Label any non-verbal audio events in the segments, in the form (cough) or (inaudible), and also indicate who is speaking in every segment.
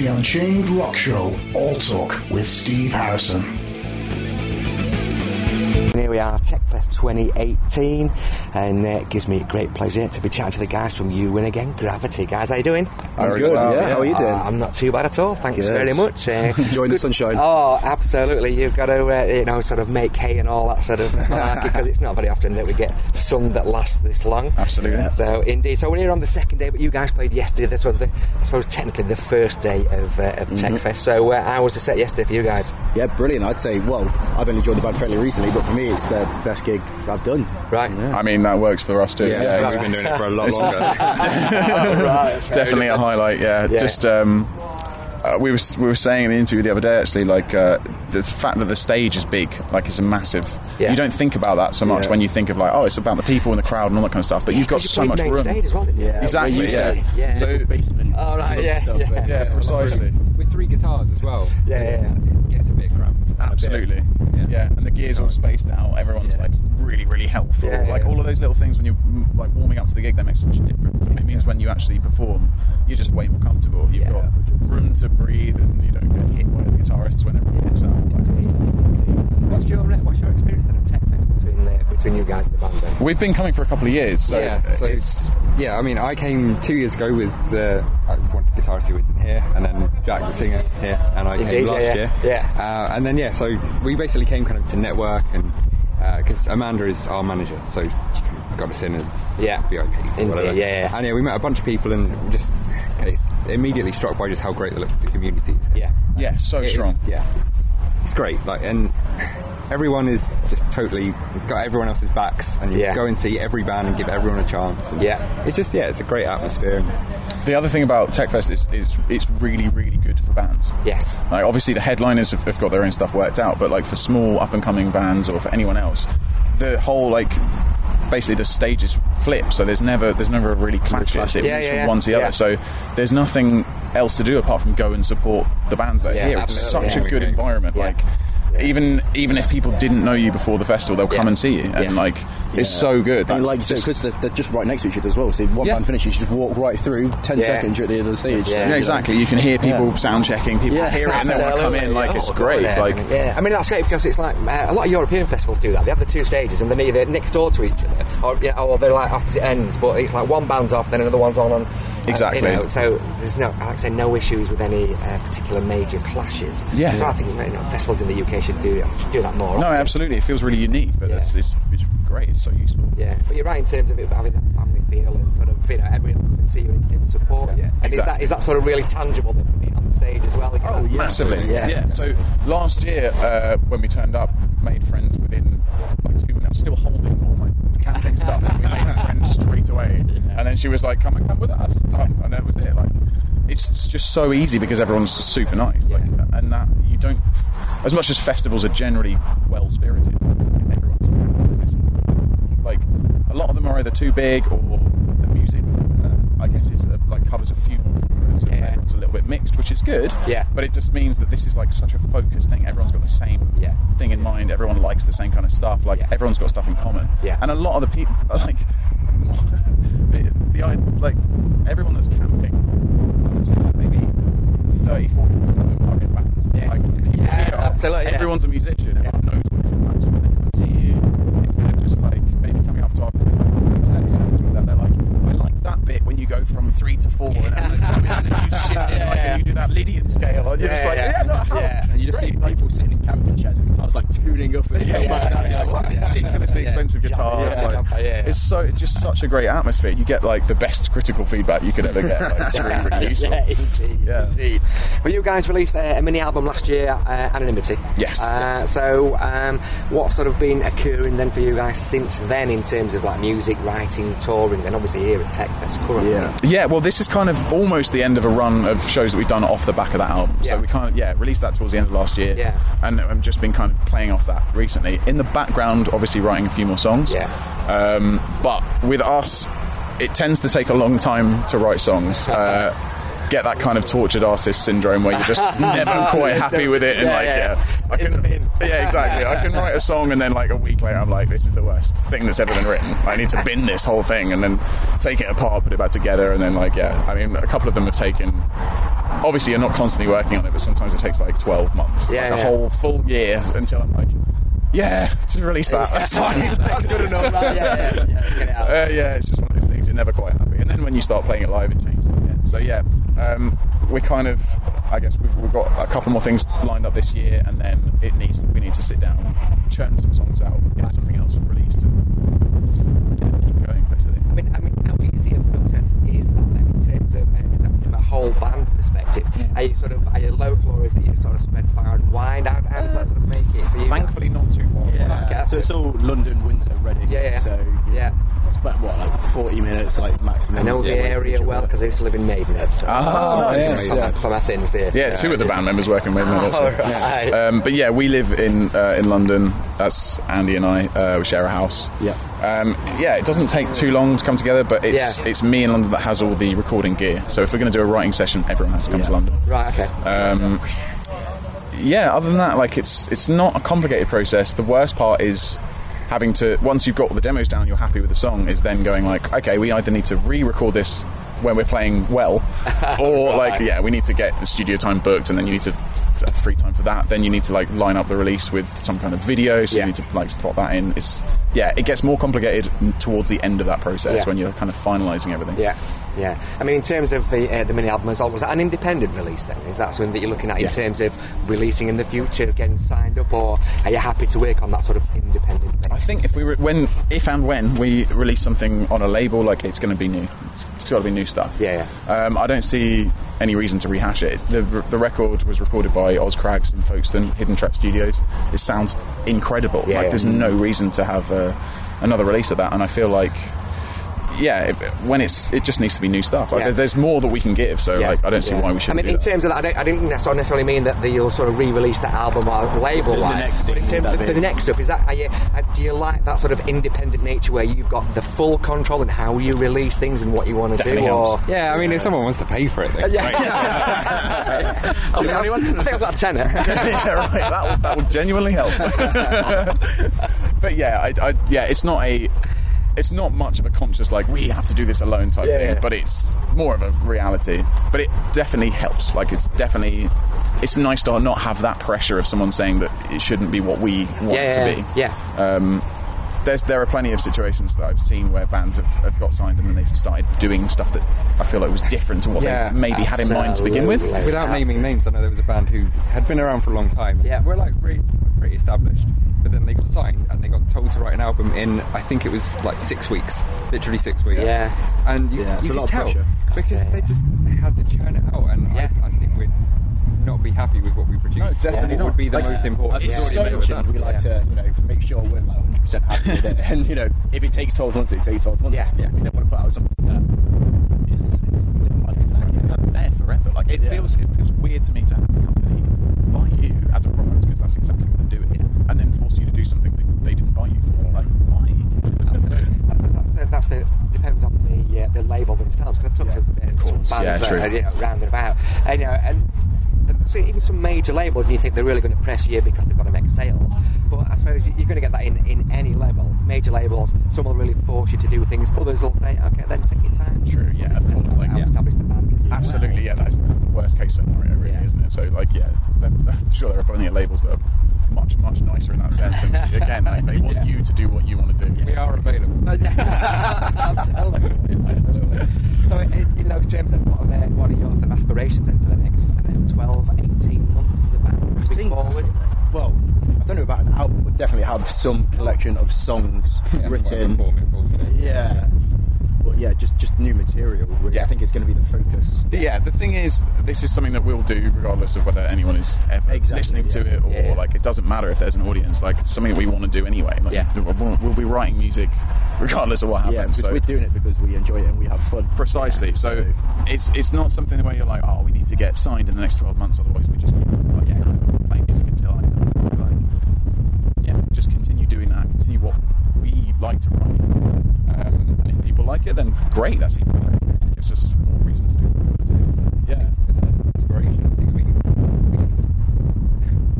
Speaker 1: Unchained Rock Show All Talk with Steve Harrison.
Speaker 2: And here we are, TechFest 2018, and uh, it gives me great pleasure to be chatting to the guys from You Win Again Gravity. Guys, how you doing?
Speaker 3: I'm Very good, well, yeah. yeah. How are you doing?
Speaker 2: Uh, I'm not too bad at all. Thanks very
Speaker 3: (laughs)
Speaker 2: much. Uh,
Speaker 3: Enjoying the
Speaker 2: good-
Speaker 3: sunshine.
Speaker 2: Oh, absolutely. You've got to, uh, you know, sort of make hay and all that sort
Speaker 3: (laughs)
Speaker 2: of malarkey because it's not very often that we get sun that lasts this long.
Speaker 3: Absolutely. Yeah.
Speaker 2: So, indeed. So, we're here on the second day, but you guys played yesterday. This was, the, I suppose, technically the first day of, uh, of
Speaker 3: Mm-hmm.
Speaker 2: TechFest. So, uh, how was the set yesterday for you guys?
Speaker 3: Yeah, brilliant. I'd say, well, I've only joined the band fairly recently, but for me, it's the best gig I've done.
Speaker 2: Right.
Speaker 4: I mean, that works for us too.
Speaker 3: Yeah.
Speaker 4: Yeah,
Speaker 3: Yeah,
Speaker 4: it's
Speaker 3: we've
Speaker 4: been-
Speaker 5: doing it for a lot
Speaker 4: (laughs)
Speaker 5: longer.
Speaker 4: definitely a highlight. Yeah, just um, uh, we were we were saying in the interview the other day actually, like uh, the fact that the stage is big, like it's a massive.
Speaker 2: Yeah.
Speaker 4: You don't think about that so much
Speaker 3: Yeah.
Speaker 4: when you think of like, oh, it's about the people and the crowd and all that kind of stuff. But you've got
Speaker 2: You
Speaker 4: so
Speaker 2: played
Speaker 4: much
Speaker 2: main
Speaker 4: room.
Speaker 2: stage as well, didn't you?
Speaker 4: Exactly.
Speaker 3: we're used
Speaker 4: yeah.
Speaker 3: to it.
Speaker 2: Yeah.
Speaker 4: So,
Speaker 3: Basement.
Speaker 2: All right, yeah, yeah.
Speaker 4: yeah, precisely.
Speaker 5: With three guitars as well.
Speaker 2: Yeah,
Speaker 5: it's-
Speaker 2: yeah.
Speaker 5: It gets a bit cramped. A bit.
Speaker 4: Absolutely. Yeah. and the gears all spaced out. Everyone's like really, really helpful.
Speaker 2: Yeah,
Speaker 4: like
Speaker 2: yeah.
Speaker 4: all of those little things when you're mm, like warming up to the gig, that makes such a difference. And it means when you actually perform, you're just way more comfortable. You've got room to breathe, and you don't get hit by the guitarists when everyone walks out. Like,
Speaker 2: What's your what's your experience then of TechFest between uh, between you guys and the band? Then?
Speaker 4: We've been coming for a couple of years, so,
Speaker 6: yeah, so it's yeah. I mean, I came two years ago with the uh, one guitarist who isn't here, and then Jack the singer here, and I
Speaker 2: Indeed,
Speaker 6: came
Speaker 2: yeah,
Speaker 6: last
Speaker 2: yeah.
Speaker 6: year.
Speaker 2: Yeah.
Speaker 6: uh, and then yeah. So we basically came kind of to network and because Amanda is our manager, so she kind of got us in as
Speaker 2: Yeah.
Speaker 6: VIPs or
Speaker 2: Indeed,
Speaker 6: whatever.
Speaker 2: yeah, yeah.
Speaker 6: And yeah, we met a bunch of people and we just it's immediately struck by just how great the, the community is. here.
Speaker 2: Yeah.
Speaker 4: yeah, so
Speaker 6: It is-
Speaker 4: strong.
Speaker 6: yeah, it's great. Like, and everyone is just totally. It's got everyone else's backs, and you
Speaker 2: Yeah.
Speaker 6: go and see every band and give everyone a chance. And
Speaker 2: Yeah.
Speaker 6: it's just yeah, it's a great atmosphere.
Speaker 4: The other thing about TechFest is, is it's really, really good for bands.
Speaker 2: Yes.
Speaker 4: Like obviously the headliners have, have got their own stuff worked out, but like for small up and coming bands or for anyone else, the whole like basically the stages flip, so there's never there's never a really clash. It
Speaker 2: Yeah,
Speaker 4: moves
Speaker 2: yeah,
Speaker 4: from
Speaker 2: yeah.
Speaker 4: one to the
Speaker 2: Yeah.
Speaker 4: other. So there's nothing else to do apart from go and support the bands that are
Speaker 2: Yeah,
Speaker 4: here. It's
Speaker 2: absolutely.
Speaker 4: such
Speaker 6: Yeah.
Speaker 4: a good environment. Like even even if people didn't know you before the festival, they'll come
Speaker 2: Yeah.
Speaker 4: and see you, and
Speaker 2: Yeah.
Speaker 4: like it's so good.
Speaker 3: And
Speaker 4: That-
Speaker 3: like you said, because
Speaker 4: just-
Speaker 3: they're, they're just right next to each other as well. So if one
Speaker 4: Yeah.
Speaker 3: band finishes, you just walk right through, 10
Speaker 2: Yeah.
Speaker 3: seconds, you're at the end of the stage.
Speaker 2: Yeah.
Speaker 3: So,
Speaker 2: Yeah,
Speaker 3: you
Speaker 4: yeah,
Speaker 3: know,
Speaker 4: exactly. You can hear people sound checking. People
Speaker 3: Yeah.
Speaker 4: hear it and
Speaker 2: (laughs)
Speaker 4: they want to come in. Like it's
Speaker 2: Oh,
Speaker 4: great.
Speaker 2: yeah.
Speaker 4: Like
Speaker 2: yeah, I mean that's great because it's like uh, a lot of European festivals do that. They have the two stages and they're either next door to each other or yeah, or they're like opposite ends. But it's like one band's off, then another one's on. on and,
Speaker 4: Exactly.
Speaker 2: you know, so there's no, like I say, no issues with any uh, particular major clashes.
Speaker 4: Yeah.
Speaker 2: So I think you know, festivals in the UK should do should do that more.
Speaker 4: No,
Speaker 2: often.
Speaker 4: absolutely. It feels really unique, but that's it's, it's great. It's so useful.
Speaker 2: Yeah, but you're right in terms of it having that family feel and sort of you know everyone come and see you and, and support you. And is
Speaker 4: Exactly.
Speaker 2: that is that sort of really tangible then for being on the stage as well? Oh
Speaker 4: Massively.
Speaker 3: Yeah.
Speaker 4: So last year, uh, when we turned up, made friends within like two minutes. I'm still holding all my camping stuff. and we made friends straight away. And then she was like, "Come and come with us." Done. And that was it. Like, it's it's just so easy because everyone's super nice. Like, and that you don't. As much as festivals are generally well spirited, everyone's happy. It's- like a lot of them are either too big or the music. Uh, I guess is uh, like covers a few more. genres and
Speaker 2: Yeah.
Speaker 4: Everyone's a little bit mixed, which is good.
Speaker 2: Yeah.
Speaker 4: But it just means that this is like such a focused thing. Everyone's got the same
Speaker 2: Yeah.
Speaker 4: thing in mind. Everyone likes the same kind of stuff. Like
Speaker 2: Yeah.
Speaker 4: everyone's got stuff in common.
Speaker 2: Yeah.
Speaker 4: And a lot of the people, (laughs) like, the, the i- like everyone that's camping, I'd say like maybe 30, 40 percent of them are in bands.
Speaker 2: Yes.
Speaker 4: Like, you
Speaker 2: Yeah,
Speaker 4: hear,
Speaker 2: absolutely, yeah.
Speaker 4: Everyone's a musician. Everyone knows what to do. So when they come and see you, instead of just like maybe coming up to our said, you know, enjoy that, they're like, I like that bit when you go from three to four, and then they tell me that, and then you shift it, like, and you do that Lydian scale, and you're just like, yeah, no, oh, how?
Speaker 7: And you just see people sitting in camping chairs with guitars like tuning up and stuff like that. You're like, "Wow."
Speaker 4: ridiculously expensive guitar. It's, like, it's so it's just such a great atmosphere. You get like the best critical feedback you could ever get. Like, it's really, really useful.
Speaker 2: (laughs) Yeah, indeed,
Speaker 4: Yeah.
Speaker 2: indeed. Well, you guys released uh, a mini album last year, uh, Anonymity.
Speaker 4: Yes.
Speaker 2: Uh, so, um, what's sort of been occurring then for you guys since then in terms of like music, writing, touring? Then obviously here at TechFest currently.
Speaker 3: Yeah.
Speaker 4: Yeah, well, this is kind of almost the end of a run of shows that we've done off the back of that album.
Speaker 2: Yeah.
Speaker 4: So we kind of yeah released that towards the end of last year.
Speaker 2: Yeah.
Speaker 4: and I've just been kind of playing off that recently. In the background, obviously writing a few more songs.
Speaker 2: Yeah.
Speaker 4: um, but with us, it tends to take a long time to
Speaker 2: (laughs)
Speaker 4: write songs. Uh, Get that kind of tortured artist syndrome where you're
Speaker 2: (laughs)
Speaker 4: just never quite happy with it, and
Speaker 2: Yeah,
Speaker 4: like,
Speaker 2: yeah.
Speaker 4: yeah, I can, (laughs) yeah, exactly. I can write a song, and then like a week later, I'm like, this is the worst thing that's ever been written. I need to bin this whole thing, and then take it apart, put it back together, and then like, yeah. I mean, a couple of them have taken obviously you're not constantly working on it, but sometimes it takes like 12 months,
Speaker 2: Yeah,
Speaker 4: like a
Speaker 2: yeah.
Speaker 4: whole full year until I'm like, yeah, just
Speaker 2: (laughs)
Speaker 4: release that. That's fine. (laughs) That's good enough.
Speaker 2: Right, yeah, yeah, yeah, let's get it out.
Speaker 4: Uh, yeah, it's just one of those things. You're never quite happy, and then when you start playing it live, it changes again. So yeah, um, we're kind of, I guess we've, we've got a couple more things lined up this year, and then it needs we need to sit down, churn some songs out, get something else released, and yeah, keep going basically.
Speaker 2: I mean, I mean, how easy a process is that then in terms of uh, is that from a whole band perspective? Are you sort of are you local or is it you sort of spread far and wide? How, how does that sort of make it for you?
Speaker 4: Thankfully, not too far.
Speaker 7: Yeah.
Speaker 2: Okay.
Speaker 7: So it's all London, Windsor, Reading.
Speaker 2: Yeah, yeah.
Speaker 7: So
Speaker 2: Yeah.
Speaker 7: It's about what, like forty minutes, like maximum.
Speaker 2: I know the
Speaker 7: Yeah, away from each
Speaker 2: area well
Speaker 7: other.
Speaker 2: because I used to live in Maidenhead. So
Speaker 4: Ah, nice.
Speaker 2: from,
Speaker 7: Oh, yeah.
Speaker 2: from our sins, dear.
Speaker 4: Yeah, two of the band members work in Maidenhead.
Speaker 2: All
Speaker 4: actually.
Speaker 2: right.
Speaker 4: Um, but yeah, we live in uh, in London. That's Andy and I. Uh, we share a house.
Speaker 7: Yeah.
Speaker 4: Um, yeah, it doesn't take too long to come together, but it's
Speaker 2: Yeah.
Speaker 4: it's me in London that has all the recording gear. So if we're going to do a writing session, everyone has to come to London.
Speaker 2: Right. Okay.
Speaker 4: Um, yeah, other than that, like it's it's not a complicated process. The worst part is having to once you've got all the demos down, you're happy with the song, is then going like, okay, we either need to re-record this when we're playing
Speaker 2: (laughs)
Speaker 4: well, or like yeah, we need to get the studio time booked, and then you need to to have free time for that. Then you need to like line up the release with some kind of video, so
Speaker 2: Yeah.
Speaker 4: you need to like slot that in. It's yeah, it gets more complicated towards the end of that process
Speaker 2: Yeah.
Speaker 4: when you're kind of finalising everything.
Speaker 2: Yeah, yeah. I mean, in terms of the uh, the mini album as well, was that an independent release then? Is that something that you're looking at in terms of releasing in the future, getting signed up, or are you happy to work on that sort of independent? Basis?
Speaker 4: I think if we re- when if and when we release something on a label, like it's going to be new. It's got to be new stuff.
Speaker 2: Yeah,
Speaker 4: Um, I don't see any reason to rehash it. The the record was recorded by Oz Craggs in Folkestone, Hidden Trap Studios. It sounds incredible.
Speaker 2: Yeah,
Speaker 4: like
Speaker 2: yeah.
Speaker 4: there's no reason to have uh, another release of that, and I feel like. Yeah, it, when it's it just needs to be new stuff. Like
Speaker 2: Yeah.
Speaker 4: there- there's more that we can give, so
Speaker 2: Yeah.
Speaker 4: like I don't see
Speaker 2: Yeah.
Speaker 4: why
Speaker 2: I
Speaker 4: we shouldn't.
Speaker 2: mean,
Speaker 4: do
Speaker 2: in
Speaker 4: that.
Speaker 2: terms of that, I, don't, I didn't necessarily necessarily mean that the, you'll sort of re-release that album or label wise.
Speaker 7: next
Speaker 2: But in
Speaker 7: thing,
Speaker 2: terms of
Speaker 7: that'd
Speaker 2: the,
Speaker 7: be-
Speaker 2: the next stuff, is that are you, uh, do you like that sort of independent nature where you've got the full control and how you release things and what you want to do?
Speaker 4: Definitely
Speaker 2: Or
Speaker 4: helps.
Speaker 6: Yeah, I mean, if someone wants to pay for it,
Speaker 2: (laughs)
Speaker 4: (laughs)
Speaker 6: then
Speaker 2: yeah, I, think I've, I think I've got a
Speaker 4: (laughs)
Speaker 2: tenner.
Speaker 4: yeah, right. That will, that will genuinely help. (laughs) but yeah, I, I, yeah, it's not a, it's not much of a conscious like we have to do this alone type
Speaker 2: Yeah,
Speaker 4: thing,
Speaker 2: yeah.
Speaker 4: but it's more of a reality. But it definitely helps. Like it's definitely, it's nice to not have that pressure of someone saying that it shouldn't be what we want
Speaker 2: Yeah,
Speaker 4: it to be.
Speaker 2: yeah,
Speaker 4: Um, there's, there are plenty of situations that I've seen where bands have, have got signed and then they've started doing stuff that I feel like was different to what
Speaker 6: Yeah,
Speaker 4: they maybe had in mind to begin with.
Speaker 2: absolutely.
Speaker 6: Without naming
Speaker 2: Absolutely.
Speaker 6: names, I know there was a band who had been around for a long time.
Speaker 2: Yeah.
Speaker 6: we're like pretty, pretty established, but then they got signed and they got told to write an album in I think it was like six weeks, literally six weeks.
Speaker 2: Yeah.
Speaker 6: and you,
Speaker 3: Yeah, it's
Speaker 6: you
Speaker 3: a
Speaker 6: could
Speaker 3: lot of
Speaker 6: tell
Speaker 3: pressure.
Speaker 6: because
Speaker 2: Yeah,
Speaker 6: they
Speaker 2: yeah.
Speaker 6: just they had to churn it out, and
Speaker 2: Yeah.
Speaker 6: I, I think we'd not be happy with what we produced.
Speaker 4: No, definitely
Speaker 6: What Oh, would
Speaker 4: not.
Speaker 6: be the
Speaker 4: Like,
Speaker 6: most important.
Speaker 7: As
Speaker 6: thing.
Speaker 7: it's already mentioned, we like to you know make sure we're like 100 percent happy
Speaker 3: (laughs)
Speaker 7: with it, and you know if it takes 12 months, it takes 12 months.
Speaker 2: Yeah.
Speaker 7: We don't want to put out something that is, is like, exactly, it's not there forever.
Speaker 4: Like it
Speaker 7: Yeah.
Speaker 4: feels it feels weird to me to have a company buy you as a product because that's exactly what they do it, and then force you to do something that they didn't buy you for. Like why?
Speaker 2: That's the, that's the depends on the uh, the label themselves because I talked to uh, some
Speaker 4: course.
Speaker 2: bands
Speaker 4: Yeah, true.
Speaker 2: uh, you know, round and about, and you know, and the, so even some major labels, and you think they're really going to press you because they've got to make sales. But I suppose you're going to get that in, in any level. Major labels, some will really force you to do things. Others will say, okay, then take your time.
Speaker 4: True, yeah, of course, like,
Speaker 2: I'll
Speaker 4: yeah.
Speaker 2: establish the band. as you
Speaker 4: Absolutely,
Speaker 2: (laughs)
Speaker 4: yeah. That's the worst case scenario, really,
Speaker 2: Yeah.
Speaker 4: isn't it? So like, yeah, there- I'm sure there are plenty of labels that are much much nicer in that sense. And again, like, they want you to do what you want to do. (laughs)
Speaker 6: we are available.
Speaker 2: absolutely, absolutely. So, uh, in, in those terms, then, what are, the, what are your sort of aspirations then for the next I don't know, 12, 18 months as a band moving forward?
Speaker 7: Well, I don't know about an album. We definitely have some collection of (laughs) songs written.
Speaker 6: Perform it for today.
Speaker 7: Yeah. Well, yeah, just just new material. Really.
Speaker 4: Yeah.
Speaker 7: I think it's going to be the focus.
Speaker 4: But yeah, the thing is, this is something that we'll do regardless of whether anyone is ever
Speaker 7: Exactly,
Speaker 4: listening to
Speaker 7: yeah.
Speaker 4: it or
Speaker 2: Yeah, yeah.
Speaker 4: like it doesn't matter if there's an audience. Like it's something that we want to do anyway. Like,
Speaker 2: Yeah.
Speaker 4: we'll, we'll be writing music regardless of what happens.
Speaker 7: Yeah, because
Speaker 4: so-
Speaker 7: we're doing it because we enjoy it and we have fun.
Speaker 4: precisely. So it's it's not something where you're like, oh, we need to get signed in the next 12 months, otherwise we just keep like, yeah, no, playing music until I'm done. So like, yeah, just continue doing that. Continue what we like to write. Um, and if people like it, then great. That's even better. It's just more reason to do what we do. Yeah.
Speaker 6: as an inspiration. I think we, we-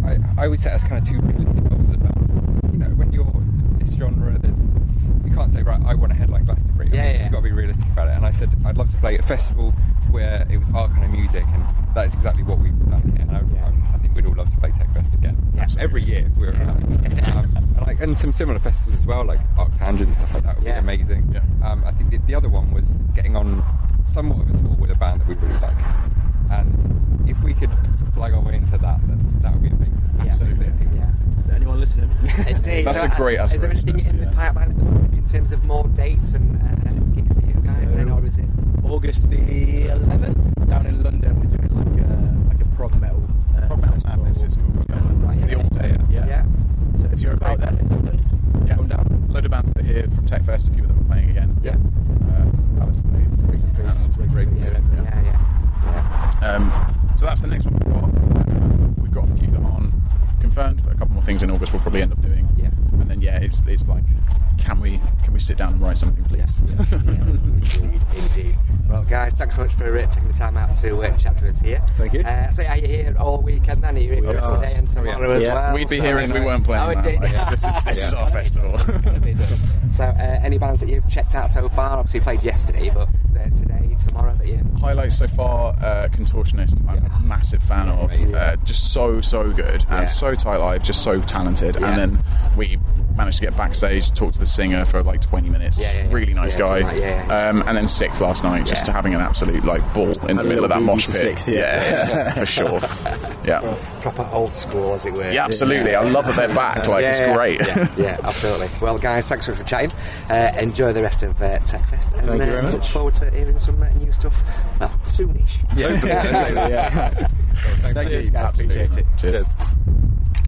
Speaker 6: I, I always set us kind of two realistic goals as a band. 'Cause, You know, when you're this genre, there's you can't say right. I want to headline Glastonbury.
Speaker 2: Yeah, yeah.
Speaker 6: You've got to be realistic about it. And I said I'd love to play at a festival where it was our kind of music, and that is exactly what we've done here. And I, um, I, I think we'd all love to play Techfest again. Every year if we
Speaker 2: (laughs)
Speaker 6: were around. Um, and, like, and some similar festivals as well, like Arctangent and stuff like that would
Speaker 2: Yeah.
Speaker 6: be amazing.
Speaker 4: Yeah.
Speaker 6: Um, I think the, the other one was getting on somewhat of a tour with a band that we really like. And if we could plug our way into that, then that would be amazing.
Speaker 2: Yeah.
Speaker 6: Absolutely.
Speaker 2: Yeah.
Speaker 7: Is there anyone (laughs) listening?
Speaker 2: Indeed.
Speaker 4: That's
Speaker 2: So,
Speaker 4: a great
Speaker 2: uh, Is there
Speaker 4: aspiration,
Speaker 2: anything in
Speaker 4: actually,
Speaker 2: the
Speaker 4: yeah.
Speaker 2: pipeline at the moment in terms of more dates and, uh, and gigs for you guys? then, or is it?
Speaker 7: August the 11th down in London. We're doing like a like a prog metal. Uh,
Speaker 4: Prog Metal
Speaker 7: festival.
Speaker 4: Madness, it's called. Prog Metal Madness. It's the all day.
Speaker 7: Yeah.
Speaker 2: Yeah.
Speaker 7: So if you're about (laughs) then in London,
Speaker 4: Yeah.
Speaker 7: come down.
Speaker 4: Load of bands that are here from Techfest, a few of them are playing again.
Speaker 2: Yeah.
Speaker 4: Uh, Alice Plays.
Speaker 7: in Peace.
Speaker 4: And Ravens.
Speaker 2: Yeah. Yeah. yeah.
Speaker 4: Um, so that's the next one we've got. Um, we've got a few that aren't confirmed, but a couple more things in August we'll probably end up doing.
Speaker 2: Yeah.
Speaker 4: And then yeah, it's it's like, can we can we sit down and write something, please?
Speaker 2: Indeed, indeed. Well, guys, thanks so much for uh, taking the time out to uh, chat to us here.
Speaker 3: Thank you.
Speaker 2: Uh, so, are you here all weekend then? Are you here
Speaker 3: We
Speaker 2: for
Speaker 3: are.
Speaker 2: today and tomorrow as
Speaker 3: Yeah.
Speaker 2: well?
Speaker 4: We'd be
Speaker 2: So-
Speaker 4: here if we weren't
Speaker 2: Oh,
Speaker 4: playing. man.
Speaker 2: indeed.
Speaker 4: Like, yeah,
Speaker 2: (laughs)
Speaker 4: this is this is our festival.
Speaker 2: So, uh, any bands that you've checked out so far? Obviously, you played yesterday, but uh, today, tomorrow, that you.
Speaker 4: Highlights so far: uh, Contortionist. I'm a massive fan of. Uh, just so so good
Speaker 2: Yeah.
Speaker 4: and so tight live. Just so talented.
Speaker 2: Yeah.
Speaker 4: And then we managed to get backstage, talk to the singer for like 20 minutes.
Speaker 2: Yeah, yeah, yeah.
Speaker 4: Really nice
Speaker 2: Yeah,
Speaker 4: guy.
Speaker 2: something like- yeah, yeah.
Speaker 4: Um, and then Sixth last night, just
Speaker 2: Yeah.
Speaker 4: having an absolute like ball in the
Speaker 3: a
Speaker 4: middle
Speaker 3: little
Speaker 4: of that
Speaker 3: boogie
Speaker 4: mosh
Speaker 3: to
Speaker 4: pit.
Speaker 3: Sixth, yeah.
Speaker 2: (laughs)
Speaker 4: for sure. Yeah.
Speaker 2: Proper old school, as it were.
Speaker 4: Yeah, absolutely. I love that they're back. Like it's
Speaker 2: (laughs)
Speaker 4: great.
Speaker 2: Yeah, yeah, absolutely. Well, guys, thanks for chatting. Uh, enjoy the rest of uh, TechFest.
Speaker 3: Thank
Speaker 2: And
Speaker 3: you very
Speaker 2: uh, look
Speaker 3: much.
Speaker 2: forward to hearing some uh, new stuff well, soonish.
Speaker 3: Yeah.
Speaker 7: (laughs)
Speaker 6: Thanks,
Speaker 3: Thank you.
Speaker 6: Absolutely.
Speaker 4: Cheers.
Speaker 3: Cheers.